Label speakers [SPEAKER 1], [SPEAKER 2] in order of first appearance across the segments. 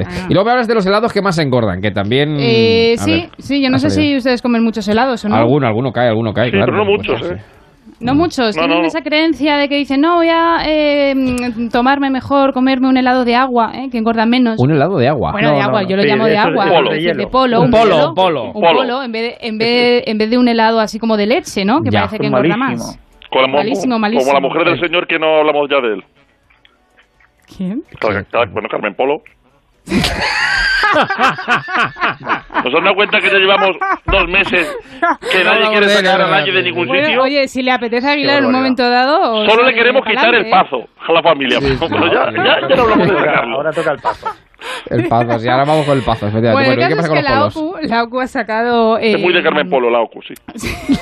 [SPEAKER 1] ¿eh? Y luego me hablas de los helados que más engordan, que también...
[SPEAKER 2] Ah. Eh,
[SPEAKER 1] Mm, a
[SPEAKER 2] sí,
[SPEAKER 1] ver,
[SPEAKER 2] sí, yo no
[SPEAKER 1] ha
[SPEAKER 2] sé
[SPEAKER 1] salido.
[SPEAKER 2] si ustedes comen muchos helados o no.
[SPEAKER 1] Alguno, alguno cae, alguno cae,
[SPEAKER 3] Sí,
[SPEAKER 1] claro.
[SPEAKER 3] pero no muchos,
[SPEAKER 1] sí.
[SPEAKER 3] ¿eh?
[SPEAKER 2] No muchos.
[SPEAKER 3] No,
[SPEAKER 2] Tienen
[SPEAKER 3] no.
[SPEAKER 2] esa creencia de que dicen, no, voy a eh, mm, tomarme mejor, comerme un helado de agua, eh, que engorda menos.
[SPEAKER 1] Un helado de agua.
[SPEAKER 2] Bueno,
[SPEAKER 4] No,
[SPEAKER 2] de
[SPEAKER 4] no,
[SPEAKER 2] agua,
[SPEAKER 4] no.
[SPEAKER 2] yo lo
[SPEAKER 3] Sí,
[SPEAKER 2] llamo de
[SPEAKER 3] eso es
[SPEAKER 2] agua,
[SPEAKER 3] de polo.
[SPEAKER 2] es decir, de
[SPEAKER 4] Un
[SPEAKER 2] polo,
[SPEAKER 1] un polo,
[SPEAKER 2] helado,
[SPEAKER 1] un polo.
[SPEAKER 2] un
[SPEAKER 3] Polo.
[SPEAKER 2] polo, en vez de, en vez de, en vez de un helado así como de leche, ¿no? Que
[SPEAKER 1] Ya.
[SPEAKER 2] parece que
[SPEAKER 4] Es
[SPEAKER 2] engorda
[SPEAKER 4] malísimo.
[SPEAKER 2] más.
[SPEAKER 3] Con la mo-
[SPEAKER 2] Malísimo, malísimo.
[SPEAKER 3] Como la mujer del señor que no hablamos ya de él.
[SPEAKER 2] ¿Quién?
[SPEAKER 3] Car- car- Bueno, Carmen Polo. Nos han dado cuenta que ya llevamos dos meses que nadie
[SPEAKER 1] No,
[SPEAKER 3] quiere
[SPEAKER 1] no,
[SPEAKER 3] sacar
[SPEAKER 1] no,
[SPEAKER 3] a
[SPEAKER 1] no,
[SPEAKER 3] nadie
[SPEAKER 1] no,
[SPEAKER 3] de
[SPEAKER 1] no,
[SPEAKER 3] ningún
[SPEAKER 1] no.
[SPEAKER 2] Bueno,
[SPEAKER 3] sitio.
[SPEAKER 2] oye, si le apetece a Aguilar en un
[SPEAKER 4] barbaridad.
[SPEAKER 2] momento dado...
[SPEAKER 3] Solo le
[SPEAKER 2] sale
[SPEAKER 3] queremos
[SPEAKER 2] para
[SPEAKER 3] quitar el
[SPEAKER 2] adelante,
[SPEAKER 3] pazo a la familia.
[SPEAKER 1] Sí, sí.
[SPEAKER 3] Bueno, ya, ya, ya no hablamos de sacarlo.
[SPEAKER 4] Ahora toca el paso.
[SPEAKER 1] El pazo, sí, ahora vamos con el pazo,
[SPEAKER 2] ¿eh?
[SPEAKER 1] efectivamente.
[SPEAKER 2] Bueno,
[SPEAKER 1] ¿y
[SPEAKER 2] el
[SPEAKER 1] ¿qué
[SPEAKER 2] caso
[SPEAKER 1] pasa
[SPEAKER 2] es
[SPEAKER 1] con
[SPEAKER 2] que
[SPEAKER 1] los
[SPEAKER 2] la
[SPEAKER 1] polos?
[SPEAKER 2] OCU, la OCU ha sacado...
[SPEAKER 3] Es muy de
[SPEAKER 2] eh,
[SPEAKER 3] Carmen Polo, la OCU, sí.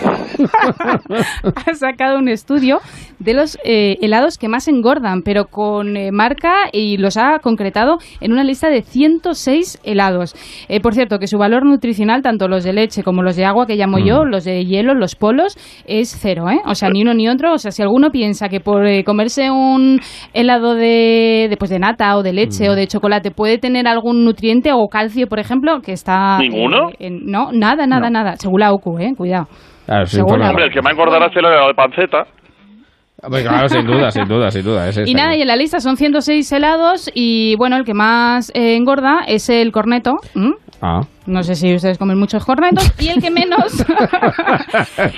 [SPEAKER 2] ha sacado un estudio de los eh, helados que más engordan, pero con eh, marca y los ha concretado en una lista de 106 helados. Eh, por cierto, que su valor nutricional, tanto los de leche como los de agua que llamo yo, los de hielo, los polos, es cero, ¿eh? O sea, ni uno ni otro. O sea, si alguno piensa que por eh, comerse un helado de, de, pues, de nata o de leche o de chocolate puede tener algún nutriente o calcio, por ejemplo, que está... eh,
[SPEAKER 3] ¿Ninguno?
[SPEAKER 2] en- no, nada, nada, nada. Según la OCU, ¿eh? Cuidado.
[SPEAKER 1] Claro, sí,
[SPEAKER 2] Seguro.
[SPEAKER 1] pues,
[SPEAKER 3] Hombre, el que más engordará será la de panceta.
[SPEAKER 1] Hombre, claro, sin duda, sin duda, sin duda. ese
[SPEAKER 2] Y
[SPEAKER 1] está
[SPEAKER 2] nada, y
[SPEAKER 1] bien.
[SPEAKER 2] en la lista son 106 helados y bueno, el que más eh, engorda es el corneto. ¿m?
[SPEAKER 1] Ah.
[SPEAKER 2] No sé si ustedes comen muchos cornetos. Y el que menos...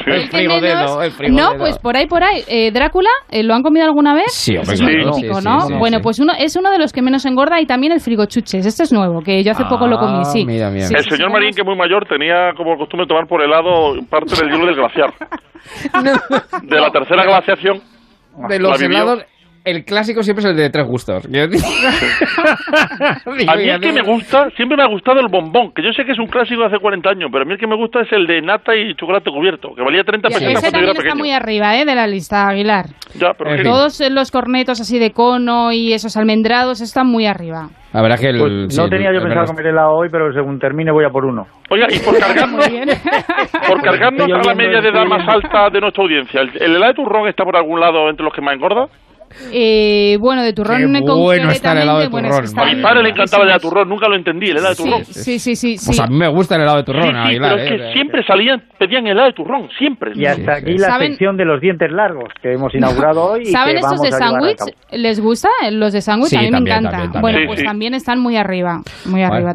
[SPEAKER 2] el que menos- No, pues por ahí, por ahí. Eh, Drácula, eh, ¿lo han comido alguna vez?
[SPEAKER 1] Sí, hombre,
[SPEAKER 3] Sí,
[SPEAKER 1] claro.
[SPEAKER 3] sí,
[SPEAKER 2] Típico, ¿no? bueno, pues uno, es uno de los que menos engorda y también el frigochuches. Este es nuevo, que yo hace poco lo comí,
[SPEAKER 1] Ah,
[SPEAKER 2] sí.
[SPEAKER 1] mira, mira.
[SPEAKER 2] Sí,
[SPEAKER 3] El
[SPEAKER 2] sí,
[SPEAKER 3] señor
[SPEAKER 2] sí,
[SPEAKER 3] Marín, que es muy mayor, tenía como costumbre tomar por helado parte del hielo del glaciar. De la tercera glaciación.
[SPEAKER 1] De
[SPEAKER 3] ¿La
[SPEAKER 1] los
[SPEAKER 3] vivió?
[SPEAKER 1] helados, el clásico siempre es el de tres gustos.
[SPEAKER 3] A mí el que me gusta, siempre me ha gustado el bombón, que yo sé que es un clásico de hace 40 años, pero a mí el que me gusta es el de nata y chocolate cubierto, que valía 30
[SPEAKER 1] Ya,
[SPEAKER 3] pesetas
[SPEAKER 2] Ese
[SPEAKER 3] cuando
[SPEAKER 2] también
[SPEAKER 3] yo era
[SPEAKER 2] está
[SPEAKER 3] pequeño.
[SPEAKER 2] muy arriba, ¿eh? De la lista, Aguilar.
[SPEAKER 3] Ya, pero
[SPEAKER 1] En
[SPEAKER 3] que-
[SPEAKER 1] fin.
[SPEAKER 2] Todos eh, los cornetos así de cono y esos almendrados están muy arriba.
[SPEAKER 1] La verdad que el...
[SPEAKER 4] Pues
[SPEAKER 1] sí,
[SPEAKER 4] no tenía yo
[SPEAKER 1] es
[SPEAKER 4] pensado
[SPEAKER 1] verdad.
[SPEAKER 4] comer helado hoy, pero según termine voy a por uno.
[SPEAKER 3] Oiga, y por cargarnos,
[SPEAKER 2] Muy bien.
[SPEAKER 3] por cargarnos
[SPEAKER 4] Estoy
[SPEAKER 3] a la
[SPEAKER 4] oliendo,
[SPEAKER 3] media de edad
[SPEAKER 4] estoy
[SPEAKER 3] más
[SPEAKER 4] oliendo.
[SPEAKER 3] alta de nuestra audiencia, ¿el, el helado de turrón está por algún lado entre los que más engorda?
[SPEAKER 2] Eh, bueno, de turrón
[SPEAKER 1] Qué
[SPEAKER 2] con
[SPEAKER 1] bueno está el helado de
[SPEAKER 2] bueno,
[SPEAKER 1] turrón,
[SPEAKER 2] es que
[SPEAKER 3] A
[SPEAKER 2] está
[SPEAKER 3] mi
[SPEAKER 1] Madre
[SPEAKER 3] padre le
[SPEAKER 1] mía.
[SPEAKER 3] encantaba el helado de turrón, nunca lo entendí, el helado de turrón.
[SPEAKER 2] Sí, sí, sí, sí. sí.
[SPEAKER 1] Pues a mí me gusta el helado de turrón,
[SPEAKER 3] Sí, sí,
[SPEAKER 1] Aguilar,
[SPEAKER 3] pero es
[SPEAKER 1] ¿eh?
[SPEAKER 3] que
[SPEAKER 1] O sea,
[SPEAKER 3] siempre salían, pedían helado de turrón, siempre.
[SPEAKER 4] Y
[SPEAKER 1] Sí,
[SPEAKER 4] hasta
[SPEAKER 1] sí.
[SPEAKER 4] aquí la
[SPEAKER 2] ¿Saben-
[SPEAKER 4] sección de los dientes largos que hemos inaugurado hoy. Y
[SPEAKER 2] ¿Saben
[SPEAKER 4] que
[SPEAKER 2] estos
[SPEAKER 4] vamos
[SPEAKER 2] de
[SPEAKER 4] a llevar a
[SPEAKER 2] sándwich?
[SPEAKER 4] cabo.
[SPEAKER 2] ¿Les gusta? Los de sándwich
[SPEAKER 1] Sí,
[SPEAKER 2] a mí
[SPEAKER 1] también,
[SPEAKER 2] me encanta.
[SPEAKER 1] también, también.
[SPEAKER 2] Bueno,
[SPEAKER 3] Sí,
[SPEAKER 2] pues
[SPEAKER 3] sí.
[SPEAKER 2] también están muy arriba. Muy arriba también.